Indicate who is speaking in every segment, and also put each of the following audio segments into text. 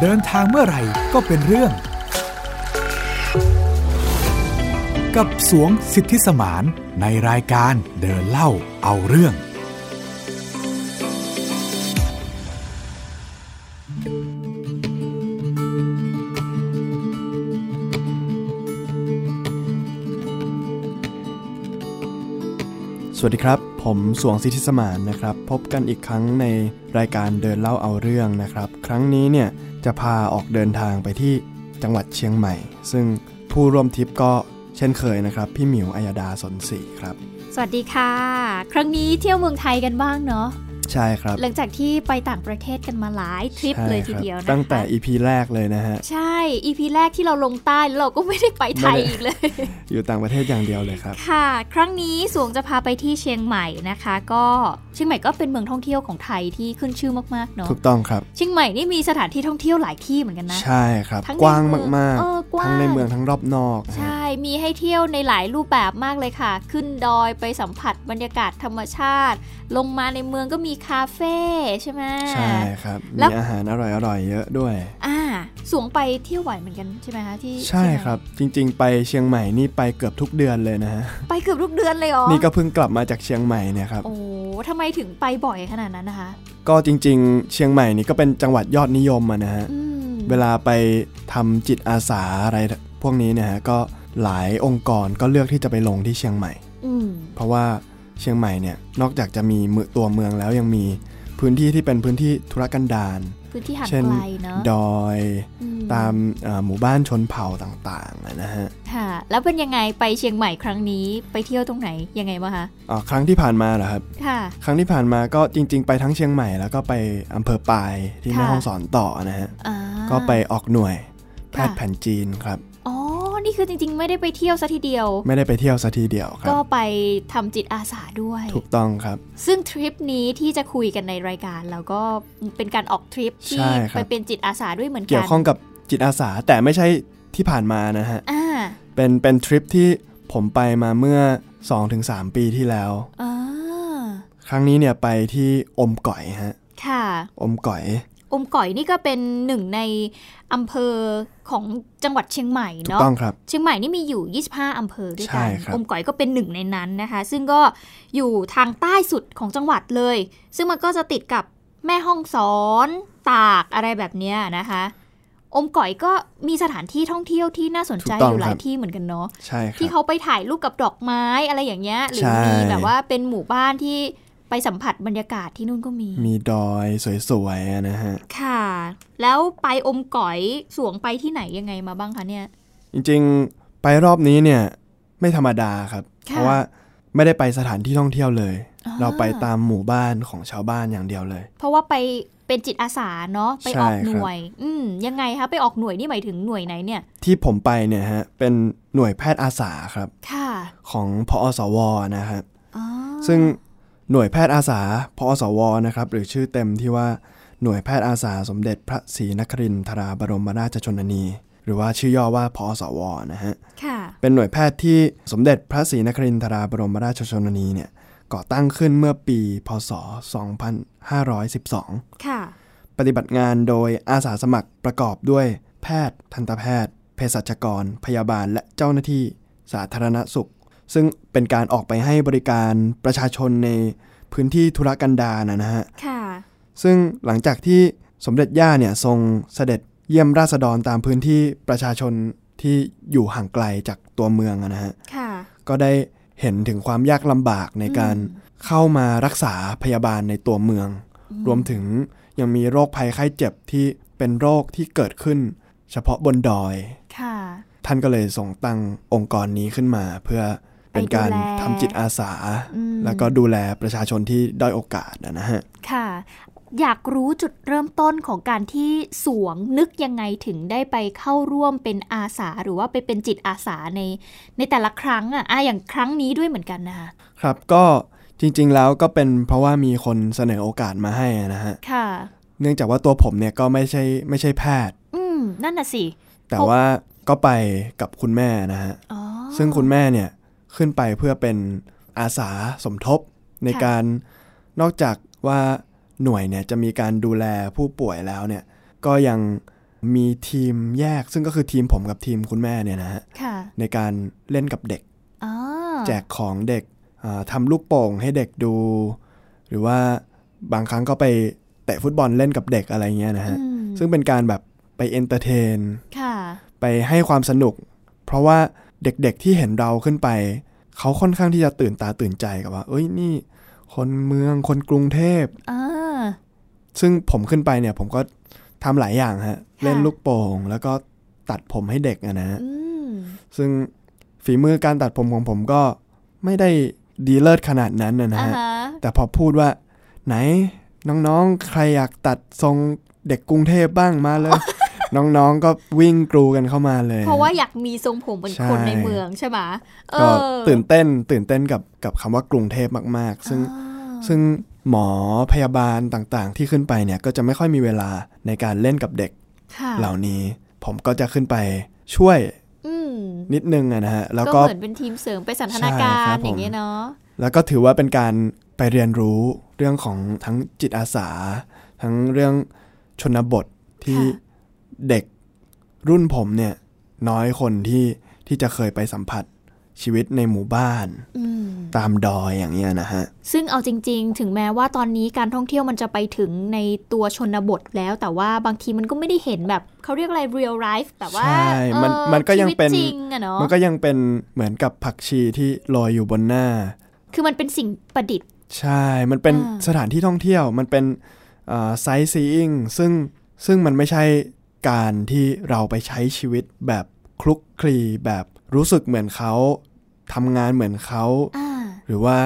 Speaker 1: เดินทางเมื่อไหร่ก็เป็นเรื่อง กับสวงสิทธิสมานในรายการเดินเล่าเอาเรื่อง
Speaker 2: สวัสดีครับ ผมสวงสิทธิสมานนะครับ พบกันอีกครั้งในรายการเดินเล่าเอาเรื่องนะครับ ครั้งนี้เนี่ยจะพาออกเดินทางไปที่จังหวัดเชียงใหม่ ซึ่งผู้ร่วมทริปก็เช่นเคยนะครับ พี่หมิวอัยดาสนศรีครับ
Speaker 3: สวัสดีค่ะ ครั้งนี้เที่ยวเมืองไทยกันบ้างเนาะ
Speaker 2: ใช่ครับ
Speaker 3: หลังจากที่ไปต่างประเทศกันมาหลายทริป
Speaker 2: ใช่
Speaker 3: เลยที
Speaker 2: ครับ
Speaker 3: เดียวนะคะ
Speaker 2: ตั้งแต่ EP แรกเลยนะฮะ
Speaker 3: ใช่ EP แรกที่เราลงใต้แล้วเราก็ไม่ได้ไปไทย
Speaker 2: ไม่ได้
Speaker 3: อีกเลย
Speaker 2: อยู่ต่างประเทศอย่างเดียวเลยครับ
Speaker 3: ค่ะ ครั้งนี้สวงจะพาไปที่เชียงใหม่นะคะ ก็เชียงใหม่ก็เป็นเมืองท่องเที่ยวของไทยที่ขึ้นชื่อมากๆเนาะ
Speaker 2: ถูกต้องครับ
Speaker 3: เชียงใหม่นี่มีสถานที่ท่องเที่ยวหลายที่เหมือนกันนะ
Speaker 2: ใช่ครับ
Speaker 3: ทั้งใน
Speaker 2: กว้าง
Speaker 3: เมือง
Speaker 2: มาก
Speaker 3: เออกว้าง
Speaker 2: ทั้งในเมืองทั้งรอบนอก
Speaker 3: ใช่มีให้เที่ยวในหลายรูปแบบมากเลยค่ะ ขึ้นดอยไปสัมผัสบรรยากาศธรรมชาติ ลงมาในเมืองก็มีคาเฟ่ใช่ไหม
Speaker 2: ใช่ครับ
Speaker 3: แล้
Speaker 2: มี
Speaker 3: ว
Speaker 2: อาหารอร่อยๆเยอะด้วย
Speaker 3: อ่าสวงไปเที่ยวไหวเหมือนกันใช่ไหมคะที่
Speaker 2: ใช่
Speaker 3: เยงใหม่
Speaker 2: ครับ จริงๆ ไปเชียงใหม่นี่ไปเกือบทุกเดือนเลยนะฮะ
Speaker 3: ไปเกือบทุกเดือนเลยเหรอ
Speaker 2: นี่ก็เพิ่งกลับมาจากเชียงใหม่เนี่ยครับ
Speaker 3: โอ้ทำไมถึงไปบ่อยขนาดนั้นนะคะ
Speaker 2: ก็จริงๆ เชียงใหม่นี่ก็เป็นจังหวัดยอดนิยมอะนะฮะ
Speaker 3: อืม
Speaker 2: เวลาไปทำจิตอาสาอะไรพวกนี้เนี่ยฮะก็หลายองค์กรก็เลือกที่จะไปลงที่เชียงใหม่
Speaker 3: อืม
Speaker 2: เพราะว่าเชียงใหม่เนี่ยนอกจากจะมีเมืองตัวเมืองแล้วยังมีพื้นที่ที่เป็นพื้นที่ธุรกันดาร
Speaker 3: พื้นที่ห่าง
Speaker 2: เช่น
Speaker 3: ไกลเนอะ
Speaker 2: ดอย
Speaker 3: อื
Speaker 2: ตามเอ่อหมู่บ้านชนเผ่าต่างๆอะนะฮะ
Speaker 3: ค่ะ แล้วเป็นยังไงไปเชียงใหม่ครั้งนี้ไปเที่ยวตรงไหนยังไงบ้างคะ
Speaker 2: อ๋อครั้งที่ผ่านมาเหรอครับ
Speaker 3: ค่ะ
Speaker 2: ครั้งที่ผ่านมาก็จริง ๆ ไปทั้งเชียงใหม่แล้วก็ไปอำเภอปายที่แม่
Speaker 3: ค่ะ
Speaker 2: ฮ่องสอนต่อนะฮะ
Speaker 3: อ่า
Speaker 2: ก็ไปออกหน่วยแพ
Speaker 3: ค่ะ
Speaker 2: ทย์แผนจีนครับ
Speaker 3: อ๋อนี่คือจริงๆ ไม่ได้ไปเที่ยวซะทีเดียว
Speaker 2: ไม่ได้ไปเที่ยวซะทีเดียวครั
Speaker 3: ก็
Speaker 2: บ
Speaker 3: ไปทำจิตอาสาด้วย
Speaker 2: ถูกต้องครับ
Speaker 3: ซึ่งทริปนี้ที่จะคุยกันในรายการแล้วก็เป็นการออกทริปที่
Speaker 2: ใช่ครับ
Speaker 3: ไปเป็นจิตอาสาด้วยเหมือนกัน
Speaker 2: เกี่ยวข้องกับจิตอาสาแต่ไม่ใช่ที่ผ่านมานะฮะ
Speaker 3: อ่า
Speaker 2: เป็นเป็นทริปที่ผมไปมาเมื่อ 2-3 ปีที่แล้ว
Speaker 3: อ่า
Speaker 2: ครั้งนี้เนี่ยไปที่อมก่อยฮะ
Speaker 3: ค่ะ
Speaker 2: อมก่อย
Speaker 3: อมก่อยนี่ก็เป็นหนึ่งในอำเภอของจังหวัดเชียงใหม่
Speaker 2: ถูก
Speaker 3: เนาะ
Speaker 2: ต้องครับ
Speaker 3: เชียงใหม่นี่มีอยู่ 25 อำเภอด้วยกัน
Speaker 2: ใช่ครับ
Speaker 3: อมก่อยก็เป็นหนึ่งในนั้นนะคะ ซึ่งก็อยู่ทางใต้สุดของจังหวัดเลย ซึ่งมันก็จะติดกับแม่ห้องสอนตากอะไรแบบเนี้ยนะคะอมก่อยก็มีสถานที่ท่องเที่ยวที่น่าสนใจอยู่หลายที่เหมือนกันเนาะ
Speaker 2: ใช่ค
Speaker 3: ที่
Speaker 2: รับ
Speaker 3: เขาไปถ่ายรูปกับดอกไม้อะไรอย่างเงี้ยหรือ
Speaker 2: ใช่
Speaker 3: มีแบบว่าเป็นหมู่บ้านที่ไปสัมผัสบรรยากาศที่นู่นก็มี
Speaker 2: มีดอยสวยๆอะนะฮะ
Speaker 3: ค่ะ แล้วไปอมก๋อยสวงไปที่ไหนยังไงมาบ้างคะเนี่ย
Speaker 2: จริงๆ ไปรอบนี้เนี่ยไม่ธรรมดาครับ
Speaker 3: ค่ะ
Speaker 2: เพราะว่าไม่ได้ไปสถานที่ท่องเที่ยวเลย
Speaker 3: อ่า
Speaker 2: เราไปตามหมู่บ้านของชาวบ้านอย่างเดียวเลย
Speaker 3: เพราะว่าไปเป็นจิตอาสาเนาะไปออก
Speaker 2: ใช่ครับ
Speaker 3: หน่วย อืมยังไงคะไปออกหน่วยนี่หมายถึงหน่วยไหนเนี่ย
Speaker 2: ที่ผมไปเนี่ยฮะเป็นหน่วยแพทย์อาสาครับ
Speaker 3: ค่ะ
Speaker 2: ของพอสวนะฮะ
Speaker 3: อ๋อ
Speaker 2: ซึ่งหน่วยแพทย์อาสาพอสวนะครับหรือชื่อเต็มที่ว่าหน่วยแพทย์อาสาสมเด็จพระศรีนครินทราบรมราชชนนี หรือว่าชื่อย่อว่าพอสวนะฮะ
Speaker 3: ค่ะ
Speaker 2: เป็นหน่วยแพทย์ที่สมเด็จพระศรีนครินทราบรมราชชนนีเนี่ยก่อตั้งขึ้นเมื่อปี พศ 2512
Speaker 3: ค่ะ
Speaker 2: ปฏิบัติงานโดยอาสาสมัครประกอบด้วยแพทย์ ทันตแพทย์ เภสัชกร พยาบาล และเจ้าหน้าที่สาธารณสุข ซึ่งเป็นการออกไปให้บริการประชาชนในพื้นที่ธุรกันดารนะนะฮะ
Speaker 3: ค่ะ
Speaker 2: ซึ่งหลังจากที่สมเด็จย่าเนี่ยทรงเสด็จเยี่ยมราษฎรตามพื้นที่ประชาชนที่อยู่ห่างไกลจากตัวเมืองอะนะฮะ
Speaker 3: ค่ะ
Speaker 2: ก็ได้เห็นถึงความยากลำบากในการเข้ามารักษาพยาบาลในตัวเมือง รวมถึงยังมีโรคภัยไข้เจ็บที่เป็นโรคที่เกิดขึ้น เฉพาะบนดอย
Speaker 3: ค่ะ
Speaker 2: ท่านก็เลยส่งตั้งองค์กรนี้ขึ้นมา เพื่อเป็นการ
Speaker 3: ไปดูแล
Speaker 2: ทำจิตอาสา
Speaker 3: อืม
Speaker 2: แล้วก็ดูแลประชาชนที่ด้อยโอกาสนะนะฮะ
Speaker 3: ค่ะ อยากรู้จุดเริ่มต้นของการที่สวงนึกยังไงถึงได้ไปเข้าร่วมเป็นอาสาหรือว่าไปเป็นจิตอาสาในในแต่ละครั้งอ่ะอ่ะอย่างครั้งนี้ด้วยเหมือนกันนะคะ
Speaker 2: ครับก็จริงๆแล้วก็เป็นเพราะว่ามีคนเสนอโอกาสมาให้นะฮะ
Speaker 3: ค่ะ
Speaker 2: เนื่องจากว่าตัวผมเนี่ยก็ไม่ใช่ไม่ใช่แพทย์
Speaker 3: อืม นั่นน่ะสิ
Speaker 2: แต่
Speaker 3: ผม
Speaker 2: ว่าก็ไปกับคุณแม่นะฮะ
Speaker 3: อ๋อ
Speaker 2: ซึ่งคุณแม่เนี่ยขึ้นไปเพื่อเป็นอาสาสมทบใน
Speaker 3: ค่ะ
Speaker 2: การนอกจากว่าหน่วยเนี่ยจะมีการดูแลผู้ป่วยแล้วเนี่ยก็ยัง มีทีมแยกซึ่งก็คือทีมผมกับทีมคุณแม่เนี่ยนะฮะ
Speaker 3: ค่ะ
Speaker 2: ในการเล่นกับเด็ก
Speaker 3: อ๋อ
Speaker 2: แจกของเด็กอ่าทำลูกโป่งให้เด็กดู หรือว่าบางครั้งก็ไปเตะฟุตบอลเล่นกับเด็กอะไรเงี้ยนะฮะ
Speaker 3: อืม
Speaker 2: ซึ่งเป็นการแบบไปเอนเตอร์เทน
Speaker 3: ค่ะ
Speaker 2: ไปให้ความสนุก เพราะว่าเด็กๆที่เห็นเราขึ้นไป เขาค่อนข้างที่จะตื่นตาตื่นใจกับว่า เอ้ยนี่ คนเมืองคนกรุงเทพ
Speaker 3: อ่า
Speaker 2: ซึ่งผมขึ้นไปเนี่ยผมก็ทำหลายอย่างฮะ เล่นลูกโป่ง แล้วก็ตัดผมให้เด็กอะนะฮะ
Speaker 3: อืม
Speaker 2: ซึ่งฝีมือการตัดผมของผมก็ไม่ได้ดีเลิศขนาดนั้นนะนะ
Speaker 3: อ่า
Speaker 2: ฮะ
Speaker 3: ฮะ
Speaker 2: แต่พอพูดว่า ไหนน้องๆ ใครอยากตัดทรงเด็กกรุงเทพบ้างมา เลย น้องๆก็วิ่งกรูกันเข้ามาเลย
Speaker 3: เพราะว่าอยากมีทรงผมเป็น
Speaker 2: ใช่
Speaker 3: คนในเมืองใช่ไหมเอ
Speaker 2: ก็
Speaker 3: อ
Speaker 2: ตื่นเต้นตื่นเต้นกับกับคำว่ากรุงเทพมากๆ ซึ่ง
Speaker 3: อ่า
Speaker 2: ซึ่งหมอพยาบาลต่างๆ ที่ขึ้นไปเนี่ยก็จะไม่ค่อยมีเวลาในการเล่นกับเด็ก
Speaker 3: ค่ะ
Speaker 2: เหล่านี้ ผมก็จะขึ้นไปช่วย
Speaker 3: อืม
Speaker 2: นิดนึงอะนะฮะแล้วก็
Speaker 3: ก็เหมือนเป็นทีมเสริมไปสันทนา
Speaker 2: ใช่
Speaker 3: กา
Speaker 2: ครั
Speaker 3: ร
Speaker 2: บผม
Speaker 3: อย่างเงี้ยเนาะ
Speaker 2: แล้วก็ถือว่าเป็นการไปเรียนรู้เรื่องของทั้งจิตอาสา ทั้งเรื่องชนบทที่
Speaker 3: ค่ะ
Speaker 2: เด็กรุ่นผมเนี่ยน้อยคนที่ที่จะเคยไปสัมผัสชีวิตในหมู่บ้าน
Speaker 3: อืม
Speaker 2: ตามดอยอย่างเงี้ยนะฮะ
Speaker 3: ซึ่งเอาจริง ๆ ถึงแม้ว่าตอนนี้การท่องเที่ยวมันจะไปถึงในตัวชนบทแล้ว แต่ว่าบางทีมันก็ไม่ได้เห็นแบบเขาเรียกอะไร real life แบบว่า
Speaker 2: ใช่
Speaker 3: เออ
Speaker 2: มันมันก็ยังเป็น
Speaker 3: ชีวิตจริงอะเนาะ
Speaker 2: มันก็ยังเป็นเหมือนกับผักชีที่ลอยอยู่บนหน้า
Speaker 3: คือมันเป็นสิ่งประดิษฐ์
Speaker 2: ใช่ มันเป็น
Speaker 3: อ่า
Speaker 2: สถานที่ท่องเที่ยว มันเป็นไซต์ซีอิงซึ่งซึ่งมันไม่ใช่การที่เราไปใช้ชีวิตแบบคลุกคลีแบบรู้สึกเหมือนเขาทำงานเหมือนเขา
Speaker 3: อ่า
Speaker 2: หรือว่า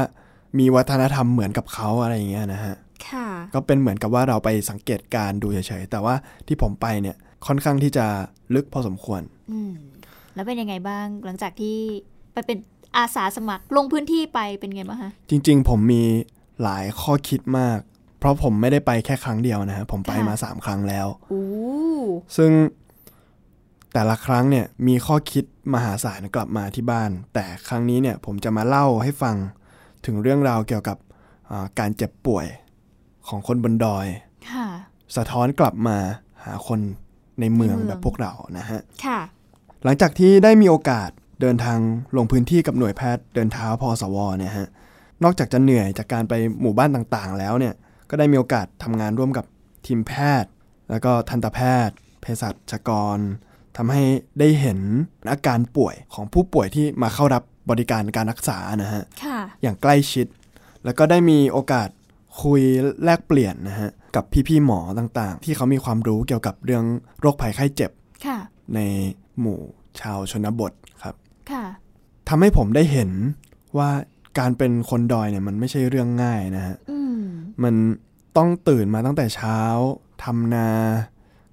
Speaker 2: มีวัฒนธรรมเหมือนกับเขาอะไรอย่างเงี้ยนะฮะ
Speaker 3: ค่ะ
Speaker 2: ก็เป็นเหมือนกับว่าเราไปสังเกตการณ์ดูเฉยๆ แต่ว่าที่ผมไปเนี่ยค่อนข้างที่จะลึกพอสมควร
Speaker 3: อืม แล้วเป็นยังไงบ้างหลังจากที่ไปเป็นอาสาสมัครลงพื้นที่ไปเป็นไงบ้างคะ
Speaker 2: จริงๆ ผมมีหลายข้อคิดมาก เพราะผมไม่ได้ไปแค่ครั้งเดียวนะฮะ ผมไป
Speaker 3: ค่ะ
Speaker 2: มาสามครั้งแล้ว
Speaker 3: อู้
Speaker 2: ซึ่งแต่ละครั้งเนี่ยมีข้อคิดมหาศาลกลับมาที่บ้าน แต่ครั้งนี้เนี่ยผมจะมาเล่าให้ฟังถึงเรื่องราวเกี่ยวกับอ่าการเจ็บป่วยของคนบนดอย
Speaker 3: ค่ะ
Speaker 2: สะท้อนกลับมาหาคนในเมือง
Speaker 3: ในเมือง
Speaker 2: แบบพวกเรานะฮะ
Speaker 3: ค่ะ
Speaker 2: หลังจากที่ได้มีโอกาสเดินทางลงพื้นที่กับหน่วยแพทย์เดินเท้าพอสวเนี่ยฮะนอกจากจะเหนื่อยจากการไปหมู่บ้านต่างๆ แล้วเนี่ยก็ได้มีโอกาสทำงานร่วมกับทีมแพทย์ แล้วก็ทันตแพทย์ เภสัชกรทำให้ได้เห็นอาการป่วยของผู้ป่วยที่มาเข้ารับบริการการรักษานะฮะ
Speaker 3: ค่ะ
Speaker 2: อย่างใกล้ชิด แล้วก็ได้มีโอกาสคุยแลกเปลี่ยนนะฮะกับพี่ๆหมอต่างๆ ที่เขามีความรู้เกี่ยวกับเรื่องโรคภัยไข้เจ็บ
Speaker 3: ค่ะ
Speaker 2: ในหมู่ชาวชนบทครับ
Speaker 3: ค่ะ
Speaker 2: ทำให้ผมได้เห็นว่าการเป็นคนดอยเนี่ยมันไม่ใช่เรื่องง่ายนะฮะ
Speaker 3: อืม
Speaker 2: มันต้องตื่นมาตั้งแต่เช้าทำนา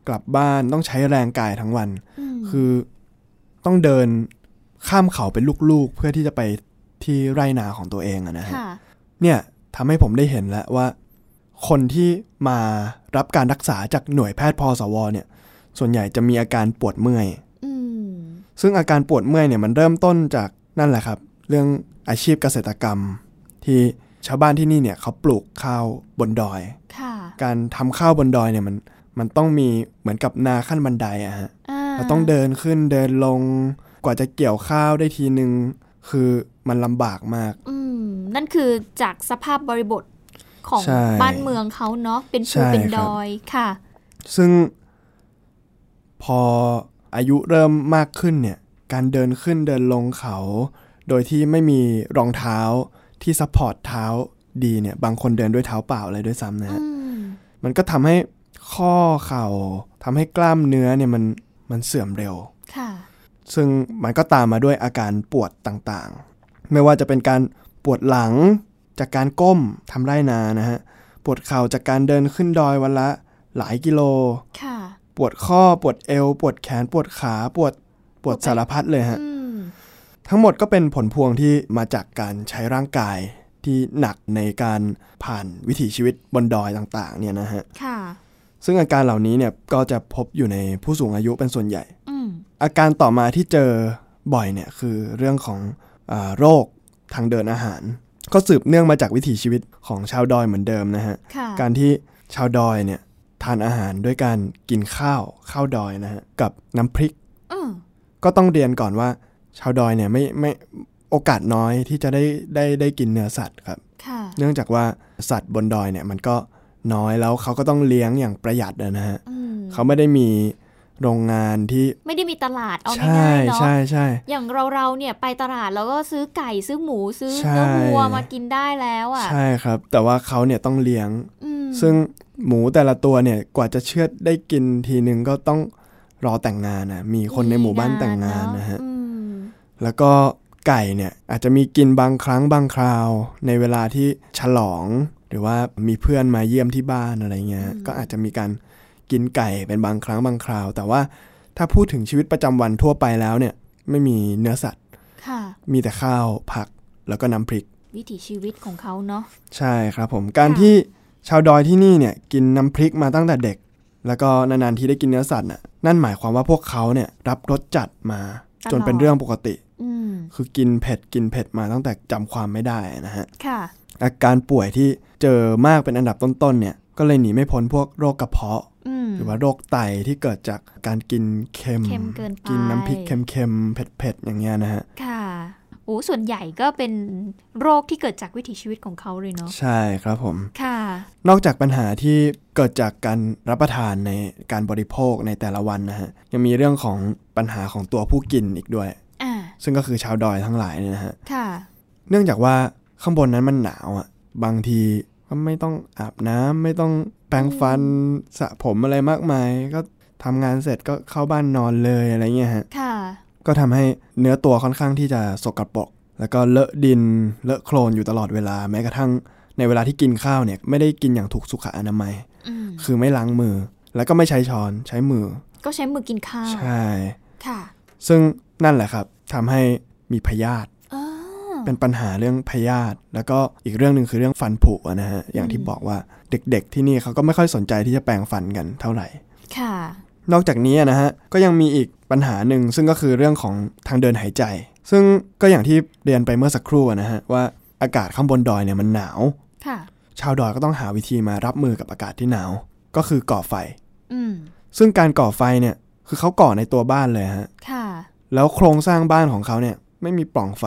Speaker 2: กลับบ้านต้องใช้แรงกายทั้งวัน
Speaker 3: อืม
Speaker 2: คือต้องเดินข้ามเขาเป็นลูกๆ เพื่อที่จะไปที่ไร่นาของตัวเองอะนะฮะ
Speaker 3: ค่ะ
Speaker 2: เนี่ยทำให้ผมได้เห็นแล้วว่า คนที่มารับการรักษาจากหน่วยแพทย์พอสวเนี่ย ส่วนใหญ่จะมีอาการปวดเมื่อย
Speaker 3: อืม
Speaker 2: ซึ่งอาการปวดเมื่อยเนี่ยมันเริ่มต้นจากนั่นแหละครับ เรื่องอาชีพเกษตรกรรม ที่ชาวบ้านที่นี่เนี่ยเขาปลูกข้าวบนดอย
Speaker 3: ค่ะ
Speaker 2: การทำข้าวบนดอยเนี่ยมันมันต้องมีเหมือนกับนาขั้นบันไดอะฮะ
Speaker 3: อ่
Speaker 2: เราต้องเดินขึ้นเดินลงกว่าจะเกี่ยวข้าวได้ทีนึง คือมันลำบากมาก
Speaker 3: อืม นั่นคือจากสภาพบริบทของ
Speaker 2: ใช่
Speaker 3: บ้านเมืองเขาเนาะ เป็น
Speaker 2: ใช่
Speaker 3: ภูเป็น
Speaker 2: ค
Speaker 3: ด
Speaker 2: รับ
Speaker 3: อย ค่ะ
Speaker 2: ซึ่งพออายุเริ่มมากขึ้นเนี่ย การเดินขึ้นเดินลงเขา โดยที่ไม่มีรองเท้าที่ซัพพอร์ตเท้าดีเนี่ย บางคนเดินด้วยเท้าเปล่าเลยด้วยซ้ำนะ
Speaker 3: อื
Speaker 2: ฮะ
Speaker 3: ม
Speaker 2: มันก็ทำให้ข้อเข่าทำให้กล้ามเนื้อเนี่ยมันมันเสื่อมเร็ว
Speaker 3: ค่ะ
Speaker 2: ซึ่งมันก็ตามมาด้วยอาการปวดต่างๆ ไม่ว่าจะเป็นการปวดหลังจากการก้มทำไรนานะฮะ ปวดเข่าจากการเดินขึ้นดอยวันละหลายกิโล
Speaker 3: ค่ะ
Speaker 2: ปวดข้อปวดเอว ปวดแขนปวดขาปวดปวดสารพัดเลยฮะ
Speaker 3: อืม
Speaker 2: ทั้งหมดก็เป็นผลพวงที่มาจากการใช้ร่างกายที่หนักในการผ่านวิถีชีวิตบนดอยต่างๆเนี่ยนะฮะ
Speaker 3: ค่ะ
Speaker 2: ซึ่งอาการเหล่านี้เนี่ยก็จะพบอยู่ในผู้สูงอายุเป็นส่วนใหญ่
Speaker 3: อืม
Speaker 2: อาการต่อมาที่เจอบ่อยเนี่ยคือเรื่องของอาโรคทางเดินอาหาร ก็สืบเนื่องมาจากวิถีชีวิตของชาวดอยเหมือนเดิมนะฮะ
Speaker 3: ค่ะ
Speaker 2: การที่ชาวดอยเนี่ย ทานอาหารด้วยการกินข้าวข้าวดอยนะฮะกับน้ำพริก
Speaker 3: อืม
Speaker 2: ก็ต้องเรียนก่อนว่า ชาวดอยเนี่ยไม่ไม่โอกาสน้อยที่จะได้ได้ได้กินเนื้อสัตว์ครับ
Speaker 3: ค่ะ
Speaker 2: เนื่องจากว่าสัตว์บนดอยเนี่ยมันก็น้อยแล้วเขาก็ต้องเลี้ยงอย่างประหยัดอะนะฮะ
Speaker 3: อืม
Speaker 2: เขาไม่ได้มีโรงงานที่
Speaker 3: ไม่ได้มีตลาดเอา
Speaker 2: ใช่
Speaker 3: ง่ายๆเนาะ
Speaker 2: ใช่ใช่
Speaker 3: อย่างเราเราๆเนี่ยไปตลาดแล้วก็ซื้อไก่ซื้อหมูซื้อ
Speaker 2: ใช่
Speaker 3: เนื้อวัวมากินได้แล้วอ่ะ
Speaker 2: ใช่ครับ แต่ว่าเขาเนี่ยต้องเลี้ยง
Speaker 3: อืม
Speaker 2: ซึ่งหมูแต่ละตัวเนี่ยกว่าจะเชือดได้กินทีนึงก็ต้องรอแต่งงานนะมีคนในหมู่บ้านแต่งงานนะฮะ
Speaker 3: อืม
Speaker 2: แล้วก็ไก่เนี่ยอาจจะมีกินบางครั้งบางคราว ในเวลาที่ฉลอง หรือว่ามีเพื่อนมาเยี่ยมที่บ้านอะไรเงี้ยก็อาจจะมีการกินไก่เป็นบางครั้งบางคราว แต่ว่าถ้าพูดถึงชีวิตประจำวันทั่วไปแล้วเนี่ยไม่มีเนื้อสัตว์
Speaker 3: ค่ะ
Speaker 2: มีแต่ข้าวผักแล้วก็น้ำพริก
Speaker 3: วิถีชีวิตของเขาเนาะ
Speaker 2: ใช่ครับผมการ
Speaker 3: ค่ะ
Speaker 2: ที่ชาวดอยที่นี่เนี่ยกินน้ำพริกมาตั้งแต่เด็ก แล้วก็นานๆที่ได้กินเนื้อสัตว์น่ะนั่นหมายความว่าพวกเขาเนี่ยรับรสจัดมาจนเป็นเรื่องปกติ
Speaker 3: อืม
Speaker 2: คือกินเผ็ดกินเผ็ดมาตั้งแต่จำความไม่ได้นะฮะ
Speaker 3: ค่ะ
Speaker 2: อาการป่วยที่เจอมากเป็นอันดับต้นๆเนี่ยก็เลยหนีไม่พ้นพวกโรคกระเพาะ
Speaker 3: อืม
Speaker 2: หรือว่าโรคไตที่เกิดจากการกินเค็ม
Speaker 3: เค็มเกินไป
Speaker 2: นน้ำพริกเค็มๆเผ็ดๆอย่างเงี้ยนะฮะ
Speaker 3: ค่ะโอ้ส่วนใหญ่ก็เป็นโรคที่เกิดจากวิถีชีวิตของเขาเลยเนาะ
Speaker 2: ใช่ครับผม
Speaker 3: ค่ะ
Speaker 2: นอกจากปัญหาที่เกิดจากการรับประทานในการบริโภคในแต่ละวันนะฮะยังมีเรื่องของปัญหาของตัวผู้กินอีกด้วย
Speaker 3: อ่า
Speaker 2: ซึ่งก็คือชาวดอยทั้งหลายเนี่ยนะฮะ
Speaker 3: ค่ะ
Speaker 2: เนื่องจากว่าข้างบนนั้นมันหนาวอ่ะ บางทีก็ไม่ต้องอาบน้ำไม่ต้องแปรงฟันสระผมอะไรมากมาย ก็ทำงานเสร็จก็เข้าบ้านนอนเลยอะไรเงี้ยฮะ
Speaker 3: ค่ะ
Speaker 2: ก็ทำให้เนื้อตัวค่อนข้างที่จะสกปรกแล้วก็เลอะดินเลอะโคลนอยู่ตลอดเวลา แม้กระทั่งในเวลาที่กินข้าวเนี่ยไม่ได้กินอย่างถูกสุขอนามัย
Speaker 3: อืม
Speaker 2: คือไม่ล้างมือ แล้วก็ไม่ใช้ช้อนใช้มือ
Speaker 3: ก็ใช้มือกินข้าว
Speaker 2: ใช่
Speaker 3: ค่ะ
Speaker 2: ซึ่งนั่นแหละครับทำให้มีพยาธิ
Speaker 3: เออ
Speaker 2: เป็นปัญหาเรื่องพยาธิแล้วก็อีกเรื่องหนึ่งคือเรื่องฟันผุอะนะฮะอย่างที่บอกว่าเด็กๆ ที่นี่เขาก็ไม่ค่อยสนใจที่จะแปรงฟันกันเท่าไหร่
Speaker 3: ค่ะ
Speaker 2: นอกจากนี้อะนะฮะก็ยังมีอีกปัญหาหนึ่งซึ่งก็คือเรื่องของทางเดินหายใจ ซึ่งก็อย่างที่เรียนไปเมื่อสักครู่อะนะฮะว่าอากาศข้างบนดอยเนี่ยมันหนาว
Speaker 3: ค่ะ
Speaker 2: ชาวดอยก็ต้องหาวิธีมารับมือกับอากาศที่หนาว ก็คือก่อไฟ
Speaker 3: อืม
Speaker 2: ซึ่งการก่อไฟเนี่ยคือเขาก่อในตัวบ้านเลยฮะ
Speaker 3: ค่ะ
Speaker 2: แล้วโครงสร้างบ้านของเขาเนี่ยไม่มีปล่องไฟ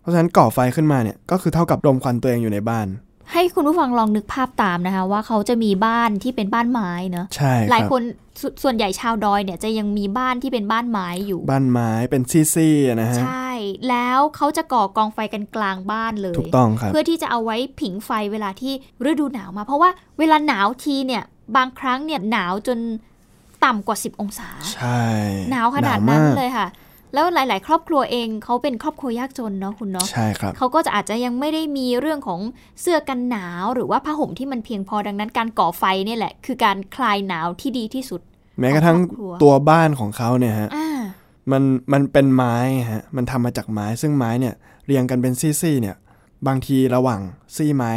Speaker 2: เพราะฉะนั้นก่อไฟขึ้นมาเนี่ยก็คือเท่ากับดมควันตัวเองอยู่ในบ้าน
Speaker 3: ให้คุณผู้ฟังลองนึกภาพตามนะคะ ว่าเขาจะมีบ้านที่เป็นบ้านไม้เนาะ
Speaker 2: ใช่รับ
Speaker 3: หลายคนสส่วนใหญ่ชาวดอยเนี่ยจะยังมีบ้านที่เป็นบ้านไม้อยู่
Speaker 2: บ้านไม้เป็นซี่ๆอะนะฮะ
Speaker 3: ใช่ แล้วเขาจะก่อกองไฟกันกลางบ้านเลย
Speaker 2: ถูกต้องครับ
Speaker 3: เพื่อที่จะเอาไว้ผิงไฟเวลาที่ฤดูหนาวมา เพราะว่าเวลาหนาวทีเนี่ยบางครั้งเนี่ยหนาวจนต่ำกว่า 10 องศา
Speaker 2: ใช่
Speaker 3: หนาวขนาดนั้น
Speaker 2: หวมก
Speaker 3: เลยค่ะ แล้วหลาย ๆ ครอบครัวเองเขาเป็นครอบครัวยากจนเนาะคุณเนาะ
Speaker 2: ใช่ครับ
Speaker 3: เขาก็จะอาจจะยังไม่ได้มีเรื่องของเสื้อกันหนาว หรือว่าผ้าห่มที่มันเพียงพอดังนั้นการก่อไฟเนี่ยแหละ คือการคลายหนาวที่ดีที่สุด
Speaker 2: แม้กระทั่ง
Speaker 3: ครอบครัว
Speaker 2: ตัวบ้านของเขาเนี่ยฮะ
Speaker 3: อ่า
Speaker 2: มันมันเป็นไม้ฮะมันทำมาจากไม้ ซึ่งไม้เนี่ยเรียงกันเป็นซี่ๆเนี่ยบางทีระหว่างซี่ไม้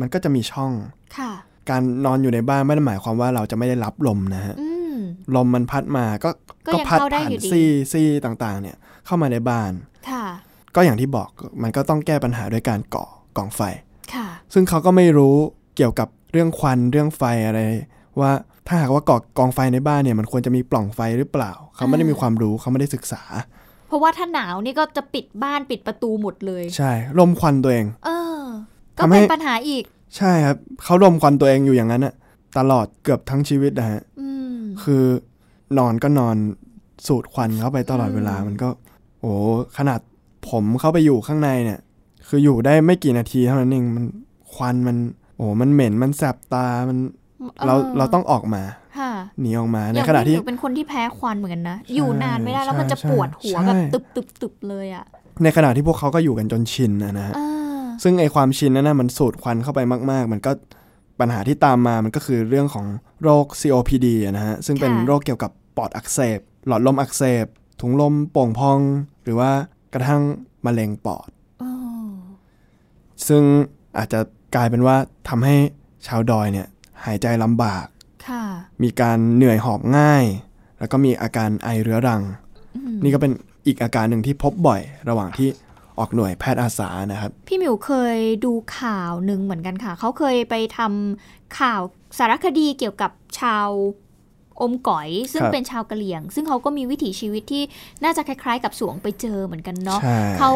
Speaker 2: มันก็จะมีช่อง
Speaker 3: ค่ะ
Speaker 2: การนอนอยู่ในบ้านไม่ได้หมายความว่าเราจะไม่ได้รับลมนะฮะ
Speaker 3: อืม
Speaker 2: ลมมันพัดมาก็
Speaker 3: ก็ยัง
Speaker 2: พัด
Speaker 3: เข้าได้
Speaker 2: ผ่าน
Speaker 3: อยู่ดี
Speaker 2: ซี่ซี่ต่างๆ เนี่ยเข้ามาในบ้าน
Speaker 3: ค่ะ
Speaker 2: ก็อย่างที่บอกมันก็ต้องแก้ปัญหาด้วยการก่อกองไฟ
Speaker 3: ค่ะ
Speaker 2: ซึ่งเขาก็ไม่รู้เกี่ยวกับเรื่องควันเรื่องไฟอะไร ว่าถ้าหากว่าก่อกองไฟในบ้านเนี่ยมันควรจะมีปล่องไฟหรือเปล่า เขาไม่ได้มีความรู้เขาไม่ได้ศึกษา
Speaker 3: เพราะว่าถ้าหนาวนี่ก็จะปิดบ้านปิดประตูหมดเลย
Speaker 2: ใช่ลมควันตัวเอง
Speaker 3: เออ ก็
Speaker 2: ทำให้
Speaker 3: เป็นปัญหาอีก
Speaker 2: ใช่ครับเขาลมควันตัวเองอยู่อย่างนั้นอะตลอดเกือบทั้งชีวิตนะฮะ
Speaker 3: อืม
Speaker 2: คือนอนก็นอนสูดควันเข้าไปตลอดเวลามันก็ โอ้ขนาดผมเข้าไปอยู่ข้างในเนี่ย คืออยู่ได้ไม่กี่นาทีเท่านั้นเองมันควันมัน โอ้มันเหม็นมันแสบตามันเรา
Speaker 3: ออ
Speaker 2: เราต้องออกมา
Speaker 3: ค่ะ
Speaker 2: หนีออกมา
Speaker 3: อ
Speaker 2: ใน
Speaker 3: ย่าง
Speaker 2: ขณะ
Speaker 3: พี่
Speaker 2: ที่
Speaker 3: หนูเป็นคนที่แพ้ควันเหมือนกันนะ อยู่นานไม่ได้แล้วมันจะ
Speaker 2: ใช่
Speaker 3: ปวดหัว
Speaker 2: ใช่
Speaker 3: แบบตึบตึบตึบเลยอ่ะ
Speaker 2: ในขณะที่พวกเขาก็อยู่กันจนชินนะนะฮะ
Speaker 3: เออ
Speaker 2: ซึ่งไอความชินนั้นนะมันสูดควันเข้าไปมาก ๆ มันก็ปัญหาที่ตามมามันก็คือเรื่องของโรค COPD อะนะฮะซึ่งเป็นโรคเกี่ยวกับปอดอักเสบ หลอดลมอักเสบ ถุงลมโป่งพอง หรือว่ากระทั่งมะเร็งปอด
Speaker 3: เออ
Speaker 2: ซึ่งอาจจะกลายเป็นว่าทำให้ชาวดอยเนี่ยหายใจลำบาก
Speaker 3: ค่ะ
Speaker 2: มีการเหนื่อยหอบง่าย แล้วก็มีอาการไอเรื้อรัง
Speaker 3: อืม
Speaker 2: นี่ก็เป็นอีกอาการหนึ่งที่พบบ่อย ระหว่างที่ ออกหน่วยแพทย์อาสานะครับ
Speaker 3: พี่หมิวเคยดูข่าวหนึ่งเหมือนกันค่ะ เขาเคยไปทำข่าวสารคดีเกี่ยวกับชาวอมก๋อย ซึ่ง
Speaker 2: ครับ
Speaker 3: เป็นชาวกะเหรี่ยง ซึ่งเขาก็มีวิถีชีวิตที่น่าจะคล้ายๆ กับสวงไปเจอเหมือนกันเนาะ
Speaker 2: ใช่
Speaker 3: เขา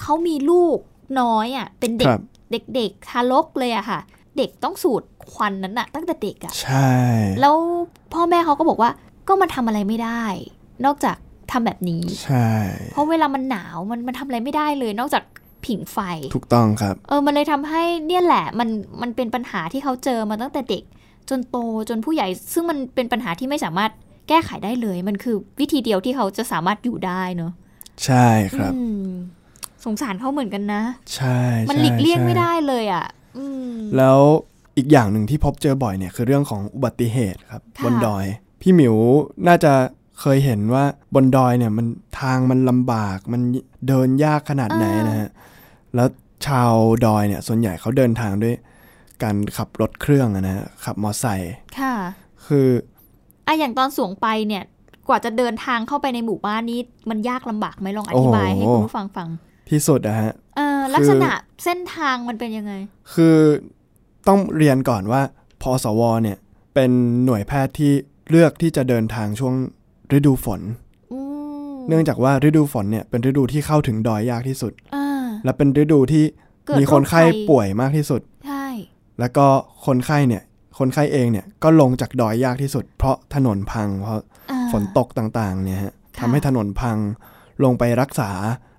Speaker 3: เขามีลูกน้อยอ่ะเป็นเด็
Speaker 2: ค
Speaker 3: ก
Speaker 2: รับ
Speaker 3: เด็กๆทารกเลยอะค่ะ เด็กต้องสูดควันนั้นอะตั้งแต่เด็กอะ
Speaker 2: ใช่
Speaker 3: แล้วพ่อแม่เขาก็บอกว่าก็มันทำอะไรไม่ได้ นอกจากทำแบบนี้
Speaker 2: ใช่
Speaker 3: เพราะเวลามันหนาวมันมันทำอะไรไม่ได้เลย นอกจากผิงไฟ
Speaker 2: ถูกต้องครับ
Speaker 3: เออ มันเลยทำให้เนี่ยแหละ มันมันเป็นปัญหาที่เขาเจอมาตั้งแต่เด็ก จนโตจนผู้ใหญ่ ซึ่งมันเป็นปัญหาที่ไม่สามารถแก้ไขได้เลย มันคือวิธีเดียวที่เขาจะสามารถอยู่ได้เนอะ
Speaker 2: ใช่ครับ
Speaker 3: อืมสงสารเขาเหมือนกันนะ
Speaker 2: ใช่
Speaker 3: มันหลีกเลี่ยง
Speaker 2: ใช่
Speaker 3: ไม่ได้เลยอะอืม
Speaker 2: แล้วอีกอย่างหนึ่งที่พบเจอบ่อยเนี่ยคือเรื่องของอุบัติเหตุครับ
Speaker 3: ค่ะ
Speaker 2: บนดอย พี่หมิวน่าจะเคยเห็นว่าบนดอยเนี่ยมันทางมันลำบากมันเดินยากขนาดไหนนะฮะแล้วชาวดอยเนี่ยส่วนใหญ่เขาเดินทางด้วยการขับรถเครื่องอะนะฮะขับมอไซค์
Speaker 3: ค่ะ
Speaker 2: คือ
Speaker 3: อะอย่างตอนสวงไปเนี่ย กว่าจะเดินทางเข้าไปในหมู่บ้านนี้ มันยากลำบากไหมลองอธิบายให้คุณผู้ฟังฟัง
Speaker 2: ที่สุดนะฮะ
Speaker 3: เออลักษณะเส้นทางมันเป็นยังไง
Speaker 2: คือต้องเรียนก่อนว่าพอสวเนี่ยเป็นหน่วยแพทย์ที่เลือกที่จะเดินทางช่วงฤดูฝน
Speaker 3: อืม
Speaker 2: เนื่องจากว่าฤดูฝนเนี่ยเป็นฤดูที่เข้าถึงดอยยากที่สุด
Speaker 3: อ่า
Speaker 2: และเป็นฤดูที่
Speaker 3: เกิด
Speaker 2: มีคนไข้
Speaker 3: โรคภัย
Speaker 2: ป่วยมากที่สุด
Speaker 3: ใช่
Speaker 2: แล้วก็คนไข้เนี่ยคนไข้เองเนี่ยก็ลงจากดอยยากที่สุด เพราะถนนพังเพราะ
Speaker 3: อ่า
Speaker 2: ฝนตกต่างๆเนี่ยฮะ
Speaker 3: ค่ะ
Speaker 2: ทำให้ถนนพังลงไปรักษา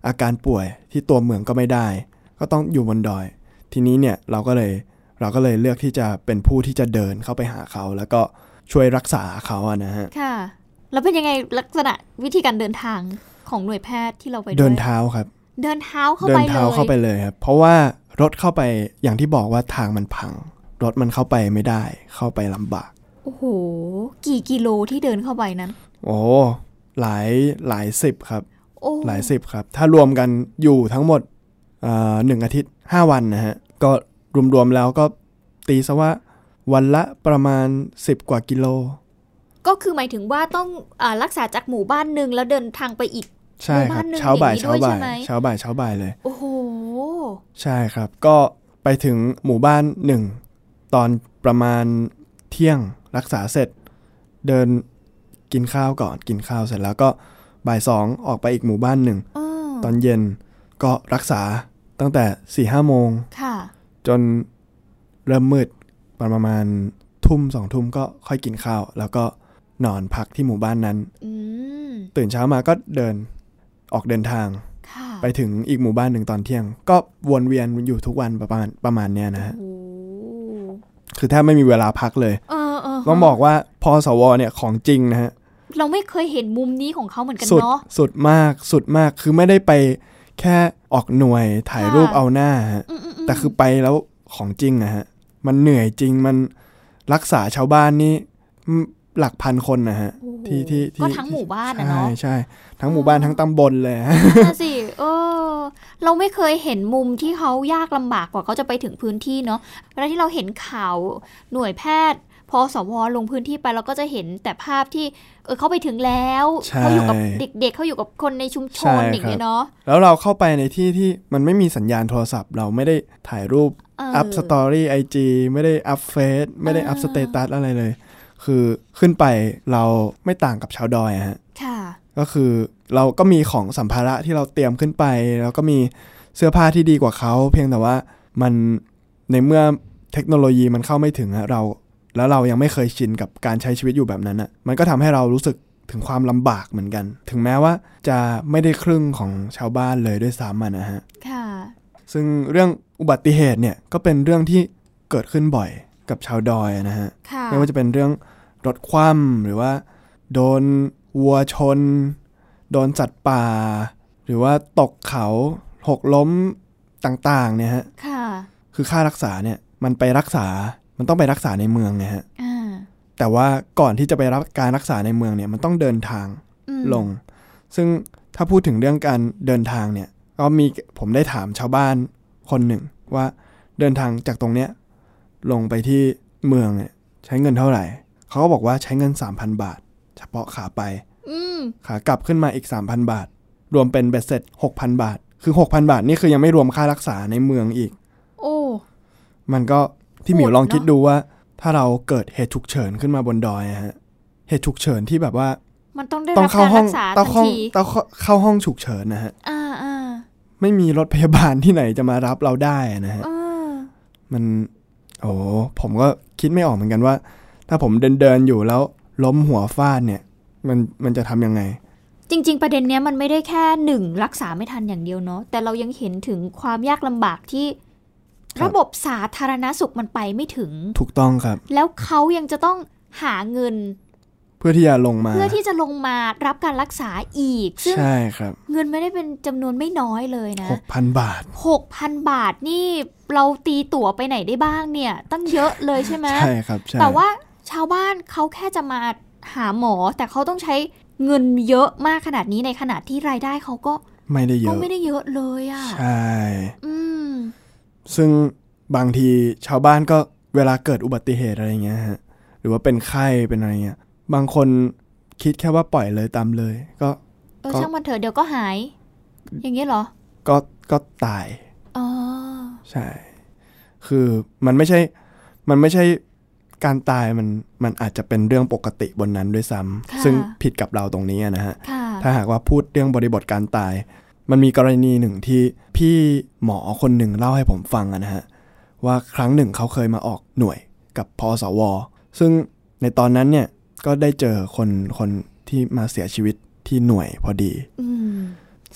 Speaker 2: อาการป่วยที่ตัวเมืองก็ไม่ได้ ก็ต้องอยู่บนดอย ทีนี้เนี่ยเราก็เลยเราก็เลยเลือกที่จะเป็นผู้ที่จะเดินเข้าไปหาเขา แล้วก็ช่วยรักษาเขาอะนะฮะ
Speaker 3: ค่ะ แล้วเป็นยังไงลักษณะวิธีการเดินทางของหน่วยแพทย์ที่เราไปวย
Speaker 2: เดินเท้าครับ
Speaker 3: เดินเท้าเข้า
Speaker 2: เดิ
Speaker 3: ไป
Speaker 2: นเท้าเข้าไป
Speaker 3: เลย
Speaker 2: เลยครับ เพราะว่ารถเข้าไปอย่างที่บอกว่าทางมันพัง รถมันเข้าไปไม่ได้ เข้าไปลำบาก
Speaker 3: โอ้โห กี่กิโลที่เดินเข้าไปนั้น
Speaker 2: โอ้หลายหลายสิบครับ
Speaker 3: โอ้
Speaker 2: หลายสิบครับ ถ้ารวมกันอยู่ทั้งหมดเอ่อหนึ่งอาทิตย์ 5 วันนะฮะ ก็รวมๆแล้วก็ตีซะว่าวันละประมาณ 10 กว่ากิโล
Speaker 3: ก็คือหมายถึงว่าต้องอารักษาจากหมู่บ้านหนึ่งแล้วเดินทางไปอีก
Speaker 2: ใช่ครับ
Speaker 3: หมู่
Speaker 2: เช้า
Speaker 3: บ้า
Speaker 2: บ่าน ย
Speaker 3: หนึ่
Speaker 2: เช้าง
Speaker 3: อย่างนี้ด้วย
Speaker 2: บ่าย
Speaker 3: ใช่ไหม
Speaker 2: เช้าบ่ายเช้าบ่ายเลย
Speaker 3: โอ้โห
Speaker 2: ใช่ครับ ก็ไปถึงหมู่บ้านหนึ่งตอนประมาณเที่ยงรักษาเสร็จ เดินกินข้าวก่อนกินข้าวเสร็จแล้วก็บ่ายสองออกไปอีกหมู่บ้านหนึ่ง
Speaker 3: อืม
Speaker 2: ตอนเย็นก็รักษาตั้งแต่4ี่ห้าโมง
Speaker 3: ค่ะ
Speaker 2: จนเริ่มมืดประมาณทุ่มสองทุ่มก็ค่อยกินข้าว แล้วก็นอนพักที่หมู่บ้านนั้น
Speaker 3: อืม
Speaker 2: ตื่นเช้ามาก็เดินออกเดินทาง
Speaker 3: ค่ะ
Speaker 2: ไปถึงอีกหมู่บ้านหนึ่งตอนเที่ยง ก็วนเวียนอยู่ทุกวันประมาณประมาณเนี้ยนะฮะ
Speaker 3: โอ้
Speaker 2: คือแทบไม่มีเวลาพักเลย
Speaker 3: เออเออ
Speaker 2: ต้องบอกว่าพอสวเนี่ยของจริงนะฮะ
Speaker 3: เราไม่เคยเห็นมุมนี้ของเขาเหมือนกัน
Speaker 2: สุด
Speaker 3: เนาะ
Speaker 2: สุดมากสุดมากคือไม่ได้ไปแค่ออกหน่วยถ่ายรูป
Speaker 3: ค่ะ
Speaker 2: เอาหน้าฮะ
Speaker 3: อืมๆๆ
Speaker 2: แต่คือไปแล้วของจริงนะฮะ มันเหนื่อยจริงมันรักษาชาวบ้านนี่อืมหลักพันคนนะฮะ
Speaker 3: โอ้โห
Speaker 2: ที่ที่ที่
Speaker 3: ก็ทั้งหมู่บ้านนะ
Speaker 2: ใช่
Speaker 3: เนาะ
Speaker 2: ใช่ทั้งหมู่บ้านทั้งตำบลเลยฮะ
Speaker 3: น่าสิเออ เราไม่เคยเห็นมุมที่เขายากลำบากกว่าเขาจะไปถึงพื้นที่เนาะเวลาที่เราเห็นข่าวหน่วยแพทย์พอสวลงพื้นที่ไปเราก็จะเห็นแต่ภาพที่ เออเขาไปถึงแล้ว
Speaker 2: ใช่
Speaker 3: เขาอยู่กับเด็ก ๆเขาอยู่กับคนในชุมชน
Speaker 2: ใช่ครับ
Speaker 3: อย่างเงี้ยเนาะ
Speaker 2: แล้วเราเข้าไปในที่ที่มันไม่มีสัญญาณโทรศัพท์ เราไม่ได้ถ่ายรูป
Speaker 3: เออ
Speaker 2: อัพสตอรี่ไอจไม่ได้อัพเฟซไม่ได้อัพสเตตัสอะไรเลย คือขึ้นไปเราไม่ต่างกับชาวดอยอะฮะ
Speaker 3: ค่ะ
Speaker 2: ก็คือเราก็มีของสัมภาระที่เราเตรียมขึ้นไป แล้วก็มีเสื้อผ้าที่ดีกว่าเขา เพียงแต่ว่ามันในเมื่อเทคโนโลยีมันเข้าไม่ถึงอะเราแล้วเรายังไม่เคยชินกับการใช้ชีวิตอยู่แบบนั้นอะมันก็ทำให้เรารู้สึกถึงความลำบากเหมือนกัน ถึงแม้ว่าจะไม่ได้ครึ่งของชาวบ้านเลยด้วยซ้ำอะนะฮะ
Speaker 3: ค่ะ
Speaker 2: ซึ่งเรื่องอุบัติเหตุเนี่ยก็เป็นเรื่องที่เกิดขึ้นบ่อยกับชาวดอยนะฮะ
Speaker 3: ค่ะ
Speaker 2: ไม่ว่าจะเป็นเรื่องรถคว่ำหรือว่า โดนวัวชน โดนสัตว์ป่า หรือว่าตกเขาหกล้มต่างๆเนี่ยฮะ
Speaker 3: ค่ะ
Speaker 2: คือค่ารักษาเนี่ยมันไปรักษามันต้องไปรักษาในเมืองไงฮะ
Speaker 3: อ่า
Speaker 2: แต่ว่าก่อนที่จะไปรับการรักษาในเมืองเนี่ยมันต้องเดินทาง
Speaker 3: อืม
Speaker 2: ลง ซึ่งถ้าพูดถึงเรื่องการเดินทางเนี่ยก็มีผมได้ถามชาวบ้านคนหนึ่งว่าเดินทางจากตรงเนี้ยลงไปที่เมืองเนี่ยใช้เงินเท่าไหร่ เขาก็บอกว่าใช้เงิน 3,000 บาท เฉพาะขาไป
Speaker 3: อืม
Speaker 2: ขากลับขึ้นมาอีก 3,000 บาท รวมเป็นเบ็ดเสร็จ 6,000 บาท คือ 6,000 บาทนี่คือยังไม่รวมค่ารักษาในเมืองอีก
Speaker 3: โอ้
Speaker 2: มันก็พี่หมิว
Speaker 3: โหด
Speaker 2: ลองคิด
Speaker 3: เนอะ
Speaker 2: ดูว่า ถ้าเราเกิดเหตุฉุกเฉินขึ้นมาบนดอยอะฮะเหตุฉุกเฉินที่แบบว่า
Speaker 3: มันต้องได้
Speaker 2: ต้อ
Speaker 3: รั
Speaker 2: ง
Speaker 3: บ
Speaker 2: เข้า
Speaker 3: การ
Speaker 2: ห้อ
Speaker 3: รั
Speaker 2: ง
Speaker 3: กษา
Speaker 2: ต้อ
Speaker 3: ทั
Speaker 2: ง
Speaker 3: น
Speaker 2: เข้า
Speaker 3: ที
Speaker 2: ต้องเข้าเข้าห้องฉุกเฉินนะฮะ
Speaker 3: อ่าอ่า
Speaker 2: ไม่มีรถพยาบาลที่ไหนจะมารับเราได้นะฮะ
Speaker 3: เออ
Speaker 2: มันโอ้ผมก็คิดไม่ออกเหมือนกันว่า ถ้าผมเดินเดินๆอยู่แล้วล้มหัวฟาดเนี่ย มันมันจะทำยังไง
Speaker 3: จริง ๆ ประเด็นเนี้ยมันไม่ได้แค่หนึ่งรักษาไม่ทันอย่างเดียวเนาะแต่เรายังเห็นถึงความยากลำบากที่
Speaker 2: ครับ
Speaker 3: ระบบสาธารณสุขมันไปไม่ถึง
Speaker 2: ถูกต้องครับ
Speaker 3: แล้วเขายังจะต้องหาเงิน
Speaker 2: เพื่อที่จะลงมา
Speaker 3: เพื่อที่จะลงมารับการรักษาอีก ซึ่ง
Speaker 2: ใช่ครับ
Speaker 3: เงินไม่ได้เป็นจำนวนไม่น้อยเลยนะ
Speaker 2: หกพันบาท
Speaker 3: 6,000 บาทนี่เราตีตั๋วไปไหนได้บ้างเนี่ย ตั้งเยอะเลยใช่ไหม
Speaker 2: ใช่ครับใช่
Speaker 3: แต่ว่าชาวบ้านเขาแค่จะมาหาหมอ แต่เขาต้องใช้เงินเยอะมากขนาดนี้ในขณะที่รายได้เขาก็
Speaker 2: ไม่ได้เย
Speaker 3: ก็
Speaker 2: อะ
Speaker 3: ไม่ได้เยอะเลยอะ่ะ
Speaker 2: ใช่
Speaker 3: อืม
Speaker 2: ซึ่งบางทีชาวบ้านก็เวลาเกิดอุบัติเหตุอะไรอย่างเงี้ยฮะหรือว่าเป็นไข้เป็นอะไรเงี้ยบางคนคิดแค่ว่าปล่อยเลยตามเลย ก็
Speaker 3: เออช่างมันเถอะเดี๋ยวก็หาย อย่างนี้ยเหรอ
Speaker 2: ก็ก็ตาย
Speaker 3: อ๋อ
Speaker 2: ใช่ คือมันไม่ใช่ มันไม่ใช่การตายมัน มันอาจจะเป็นเรื่องปกติบนนั้นด้วยซ้ำ
Speaker 3: ะ
Speaker 2: ซึ่งผิดกับเราตรงนี้นะฮะ
Speaker 3: ค่ะ
Speaker 2: ถ้าหากว่าพูดเรื่องบริบทการตาย มันมีกรณีหนึ่งที่พี่หมอคนหนึ่งเล่าให้ผมฟังอะนะฮะ ว่าครั้งหนึ่งเขาเคยมาออกหน่วยกับพอสว ซึ่งในตอนนั้นเนี่ยก็ได้เจอคนคนที่มาเสียชีวิตที่หน่วยพอดี
Speaker 3: อืม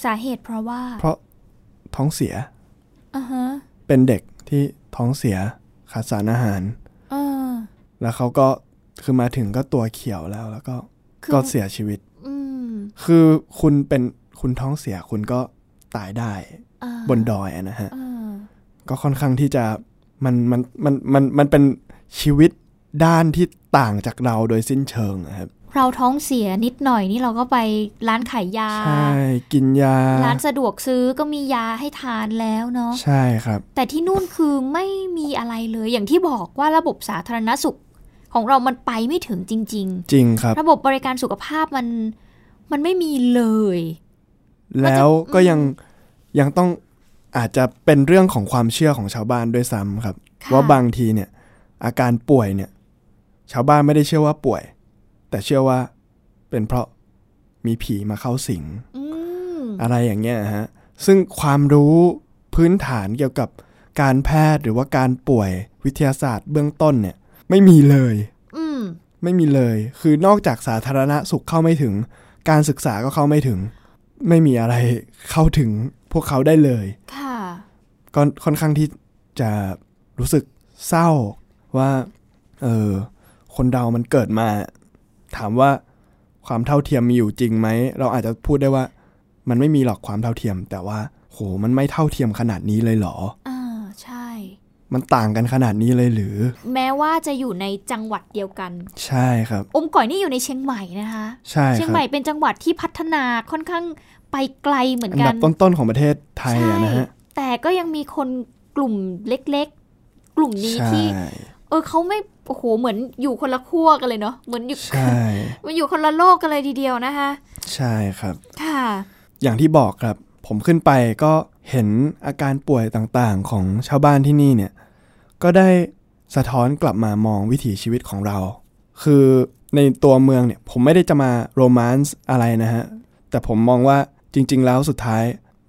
Speaker 3: สาเหตุเพราะว่า
Speaker 2: เพราะท้องเสีย
Speaker 3: อ่าฮะ
Speaker 2: เป็นเด็กที่ท้องเสียขาดสารอาหาร
Speaker 3: เออ
Speaker 2: แล้วเขาก็คือมาถึงก็ตัวเขียวแล้วแล้วก็
Speaker 3: คือ
Speaker 2: ก็เสียชีวิต
Speaker 3: อืม
Speaker 2: คือคุณเป็นคุณท้องเสียคุณก็ตายได้
Speaker 3: อ่า
Speaker 2: บนดอยอะนะฮะ
Speaker 3: เออ
Speaker 2: ก็ค่อนข้างที่จะมันมันมันมันมันเป็นชีวิตด้านที่ต่างจากเราโดยสิ้นเชิงอะครับ
Speaker 3: เราท้องเสียนิดหน่อยนี่เราก็ไปร้านขายยา
Speaker 2: ใช่กินยา
Speaker 3: ร้านสะดวกซื้อก็มียาให้ทานแล้วเนาะ
Speaker 2: ใช่ครับ
Speaker 3: แต่ที่นู่นคือไม่มีอะไรเลยอย่างที่บอกว่าระบบสาธารณสุข ของเรามันไปไม่ถึงจริง
Speaker 2: จริงครับ
Speaker 3: ๆ ระบบบริการสุขภาพมันมันไม่มีเลย
Speaker 2: แล้วก็ยังยังต้องอาจจะเป็นเรื่องของความเชื่อของชาวบ้านด้วยซ้ำครับ
Speaker 3: ค่ะ
Speaker 2: ว่าบางทีเนี่ย อาการป่วยเนี่ย ชาวบ้านไม่ได้เชื่อว่าป่วย แต่เชื่อว่าเป็นเพราะมีผีมาเข้าสิง
Speaker 3: อืม
Speaker 2: อะไรอย่างเงี้ยฮะซึ่งความรู้พื้นฐานเกี่ยวกับการแพทย์หรือว่าการป่วยวิทยาศาสตร์เบื้องต้นเนี่ย ไม่มีเลย
Speaker 3: อืม
Speaker 2: ไม่มีเลย คือนอกจากสาธารณสุขเข้าไม่ถึง การศึกษาก็เข้าไม่ถึง ไม่มีอะไรเข้าถึงพวกเขาได้เลย
Speaker 3: ค่ะ
Speaker 2: ก็ค่อนข้างที่จะรู้สึกเศร้าว่า เออ คนเรามันเกิดมา ถามว่าความเท่าเทียมมีอยู่จริงไหม เราอาจจะพูดได้ว่า มันไม่มีหรอกความเท่าเทียม แต่ว่า โห มันไม่เท่าเทียมขนาดนี้เลยเหรอ
Speaker 3: อ่าใช่
Speaker 2: มันต่างกันขนาดนี้เลยหรือ
Speaker 3: แม้ว่าจะอยู่ในจังหวัดเดียวกัน
Speaker 2: ใช่ครับ
Speaker 3: อมก่อยนี่อยู่ในเชียงใหม่นะคะ
Speaker 2: ใช่
Speaker 3: เชีย
Speaker 2: ค
Speaker 3: ง
Speaker 2: รับ
Speaker 3: ใหม่เป็นจังหวัดที่พัฒนาค่อนข้างไปไกลเหมือน
Speaker 2: อัน
Speaker 3: กั
Speaker 2: ดั
Speaker 3: น
Speaker 2: บต้นๆของประเทศไทยอะนะฮะ
Speaker 3: แต่ก็ยังมีคนกลุ่มเล็กๆ กลุ่มนี้
Speaker 2: ใช่
Speaker 3: ที่ เออเขาไม่โอ้โหเหมือนอยู่คนละขั้วกันเลยเนาะเหมือนอยู่
Speaker 2: ใช่
Speaker 3: มันอยู่คนละโลกกันเลยทีเดียวนะคะ
Speaker 2: ใช่ครับ
Speaker 3: ค่ะ
Speaker 2: อย่างที่บอกครับ ผมขึ้นไปก็เห็นอาการป่วยต่างๆของชาวบ้านที่นี่เนี่ย ก็ได้สะท้อนกลับมามองวิถีชีวิตของเรา คือในตัวเมืองเนี่ย ผมไม่ได้จะมาโรแมนซ์อะไรนะฮะ แต่ผมมองว่าจริง ๆ แล้วสุดท้าย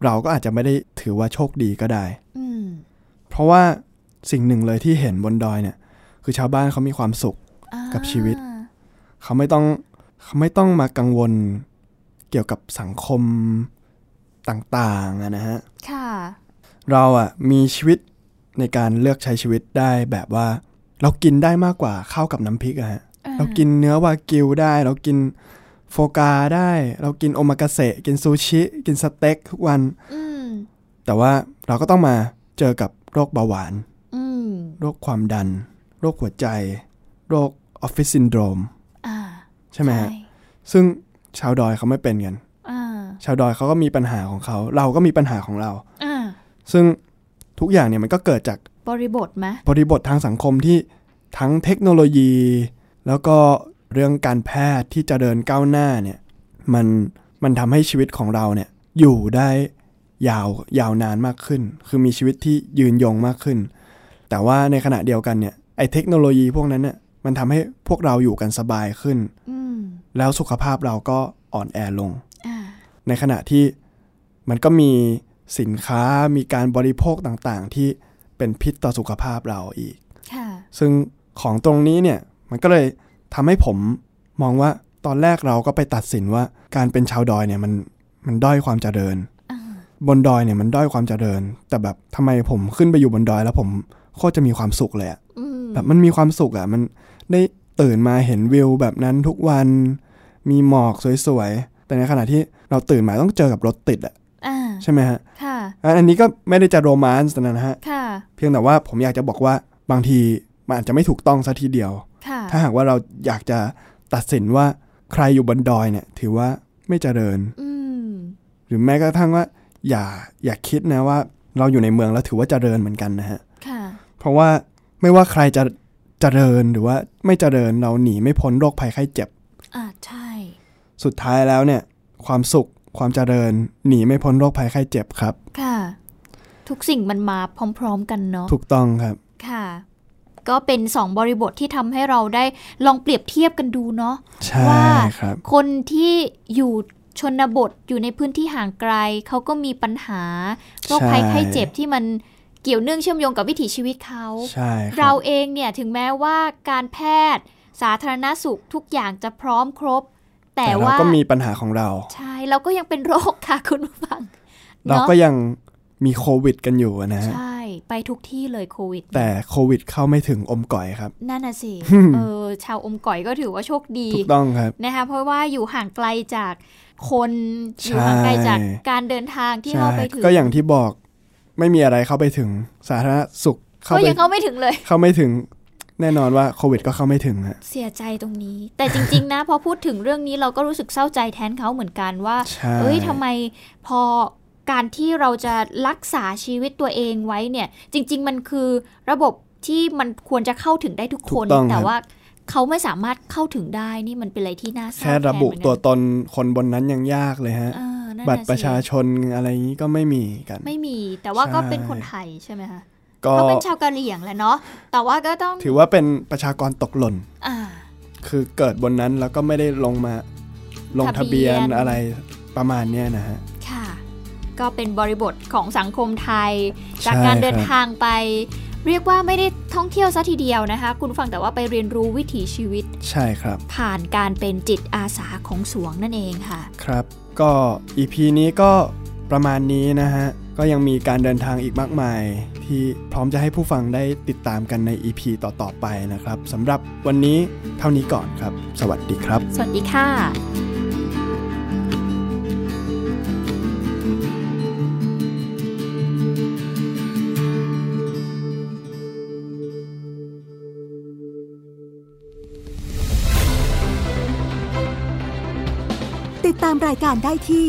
Speaker 2: เราก็อาจจะไม่ได้ถือว่าโชคดีก็ได้
Speaker 3: อืม
Speaker 2: เพราะว่าสิ่งหนึ่งเลยที่เห็นบนดอยเนี่ย คือชาวบ้านเขามีความสุข
Speaker 3: อ่า
Speaker 2: กับชีวิต เขาไม่ต้องเขาไม่ต้องมากังวลเกี่ยวกับสังคมต่างๆอะนะฮะ
Speaker 3: ค่ะ
Speaker 2: เราอะมีชีวิตในการเลือกใช้ชีวิตได้แบบว่า เรากินได้มากกว่าข้าวกับน้ำพริกอะฮะ
Speaker 3: อ่า
Speaker 2: เรากินเนื้อวากิวได้ เรากินโฟกาได้ เรากินโอมากาเสะกินซูชิ กินสเต็กทุกวัน
Speaker 3: อืม
Speaker 2: แต่ว่าเราก็ต้องมาเจอกับโรคเบาหวาน
Speaker 3: อืม
Speaker 2: โรคความดัน โรคหัวใจ โรคออฟฟิศซินโดรม
Speaker 3: อ่า
Speaker 2: ใช่ไหมฮะซึ่งชาวดอยเขาไม่เป็นกัน
Speaker 3: อ่า
Speaker 2: ชาวดอยเขาก็มีปัญหาของเขา เราก็มีปัญหาของเรา
Speaker 3: อ่า
Speaker 2: ซึ่งทุกอย่างเนี่ยมันก็เกิดจาก
Speaker 3: บริบทไหม
Speaker 2: บริบททางสังคมที่ทั้งเทคโนโลยี แล้วก็เรื่องการแพทย์ที่เจริญก้าวหน้าเนี่ยมันมันทำให้ชีวิตของเราเนี่ยอยู่ได้ ยาวยาวนานมากขึ้น คือมีชีวิตที่ยืนยงมากขึ้น แต่ว่าในขณะเดียวกันเนี่ยไอ้เทคโนโลยีพวกนั้นเนี่ยมันทำให้พวกเราอยู่กันสบายขึ้น
Speaker 3: อืม
Speaker 2: แล้วสุขภาพเราก็อ่อนแอลง
Speaker 3: อ่า
Speaker 2: ในขณะที่มันก็มีสินค้ามีการบริโภคต่างๆ ที่เป็นพิษต่อสุขภาพเราอีก
Speaker 3: ค่ะ
Speaker 2: ซึ่งของตรงนี้เนี่ยมันก็เลยทำให้ผมมองว่าตอนแรกเราก็ไปตัดสินว่าการเป็นชาวดอยเนี่ยมันมันด้อยความเจริญ
Speaker 3: อ่า
Speaker 2: บนดอยเนี่ยมันด้อยความเจริญ แต่แบบทำไมผมขึ้นไปอยู่บนดอย แล้วผมโคตรจะมีความสุขเลยอะ
Speaker 3: อืม
Speaker 2: แบบมันมีความสุขอะมันได้ตื่นมาเห็นวิวแบบนั้นทุกวัน มีหมอกสวยๆ แต่ในขณะที่เราตื่นมาต้องเจอกับรถติดอะ
Speaker 3: อ่า
Speaker 2: ใช่ไหมฮะ
Speaker 3: ค่ะ
Speaker 2: อ่ะอันนี้ก็ไม่ได้จะโรแมนต์นะฮะ
Speaker 3: ค่ะ
Speaker 2: เพียงแต่ว่าผมอยากจะบอกว่าบางทีมันอาจจะไม่ถูกต้องซะทีเดียว
Speaker 3: ค่ะ
Speaker 2: ถ้าหากว่าเราอยากจะตัดสินว่าใครอยู่บนดอยเนี่ย ถือว่าไม่เจริญ
Speaker 3: อืม
Speaker 2: หรือแม้กระทั่งว่า อย่าอย่าคิดนะว่า เราอยู่ในเมืองแล้วถือว่าเจริญเหมือนกันนะฮะ
Speaker 3: ค่ะ
Speaker 2: เพราะว่าไม่ว่าใครจะเจริญหรือว่าไม่เจริญเราหนีไม่พ้นโรคภัยไข้เจ็บ
Speaker 3: อ่าใช่
Speaker 2: สุดท้ายแล้วเนี่ย ความสุขความเจริญ หนีไม่พ้นโรคภัยไข้เจ็บครับ
Speaker 3: ค่ะ ทุกสิ่งมันมาพร้อมๆกันเนาะ
Speaker 2: ถูกต้องครับ
Speaker 3: ค่ะ ก็เป็นสองบริบทที่ทำให้เราได้ลองเปรียบเทียบกันดูเนาะ
Speaker 2: ใช่
Speaker 3: ว่า
Speaker 2: ครับ
Speaker 3: คนที่อยู่ชนบทอยู่ในพื้นที่ห่างไกล เขาก็มีปัญหาโรคภัยไข้เจ็บที่มันเกี่ยวเนื่องเชื่อมโยงกับวิถีชีวิตเขา
Speaker 2: ใช่ครั
Speaker 3: เรา
Speaker 2: บ
Speaker 3: เองเนี่ยถึงแม้ว่าการแพทย์ สาธารณสุขทุกอย่างจะพร้อมครบ แต่
Speaker 2: แต่เรา
Speaker 3: ว่า
Speaker 2: ก็มีปัญหาของเรา
Speaker 3: ใช่เราก็ยังเป็นโรคค่ะคุณผู้ฟัง
Speaker 2: เรา
Speaker 3: เนาะ
Speaker 2: ก็ยังมีโควิดกันอยู่นะฮะ
Speaker 3: ใช่ไปทุกที่เลยโควิด
Speaker 2: แต่โควิดเข้าไม่ถึงอมก่อยครับ
Speaker 3: นั่นน่ะ สิเออชาวอมก่อยก็ถือว่าโชคดี
Speaker 2: ถูกต้องครับ
Speaker 3: นะคะเพราะว่าอยู่ห่างไกลจากคน
Speaker 2: ใช่
Speaker 3: อยู่ห่างไกลจากการเดินทางที่
Speaker 2: ใช่
Speaker 3: เราไปถึง
Speaker 2: ก็อย่างที่บอกไม่มีอะไรเข้าไปถึงสาธารณสุขเข้า
Speaker 3: ก็
Speaker 2: ไป
Speaker 3: ยังเข้าไม่ถึงเลย
Speaker 2: เข้าไม่ถึงแน่นอนว่าโควิดก็เข้าไม่ถึงฮะ
Speaker 3: เสียใจตรงนี้ แต่จริง ๆ นะ พอพูดถึงเรื่องนี้เราก็รู้สึกเศร้าใจแทนเขาเหมือนกันว่า
Speaker 2: ใช่
Speaker 3: เอ้ยทำไมพอการที่เราจะรักษาชีวิตตัวเองไว้เนี่ย จริง ๆ มันคือระบบที่มันควรจะเข้าถึงได้ทุกคน
Speaker 2: ถูกต้องครับ
Speaker 3: แต่ว่าเขาไม่สามารถเข้าถึงได้นี่มันเป็นอะไรที่น่าเศร้า
Speaker 2: แค่ระบุ
Speaker 3: ทนเหมือนกัน
Speaker 2: ตัวตนคนบนนั้นยังยากเลยฮะ
Speaker 3: เออนั่นน่
Speaker 2: บัตรประชา
Speaker 3: สิ
Speaker 2: ชนอะไรอย่างนี้ก็ไม่มีกัน
Speaker 3: ไม่มีแต่ว่าก็
Speaker 2: ใช่
Speaker 3: เป็นคนไทยใช่ไหมคะ
Speaker 2: ก็
Speaker 3: เขาเป็นชาวกะเหรี่ยงแหละเนาะ แต่ว่าก็ต้อง
Speaker 2: ถือว่าเป็นประชากรตกหล่น
Speaker 3: อ่า
Speaker 2: คือเกิดบนนั้นแล้วก็ไม่ได้ลงมาลงทะเบียน
Speaker 3: ทะเบียน
Speaker 2: อะไรประมาณเนี้ยนะฮะ
Speaker 3: ค่ะ ก็เป็นบริบทของสังคมไทย
Speaker 2: ใช่
Speaker 3: จากการเดิ
Speaker 2: ค
Speaker 3: น
Speaker 2: รับ
Speaker 3: ทางไป เรียกว่าไม่ได้ท่องเที่ยวซะทีเดียวนะคะ คุณผู้ฟังแต่ว่าไปเรียนรู้วิถีชีวิต
Speaker 2: ใช่ครับ
Speaker 3: ผ่านการเป็นจิตอาสาของสวงนั่นเองค่ะ
Speaker 2: ครับก็อีพีนี้ก็ประมาณนี้นะฮะ ก็ยังมีการเดินทางอีกมากมาย ที่พร้อมจะให้ผู้ฟังได้ติดตามกันใน EP ต่อ ๆ ไปนะครับสำหรับวันนี้เท่านี้ก่อนครับ สวัสดีครับ
Speaker 3: สวัสดีค่ะ
Speaker 4: ติดตามรายการได้ที่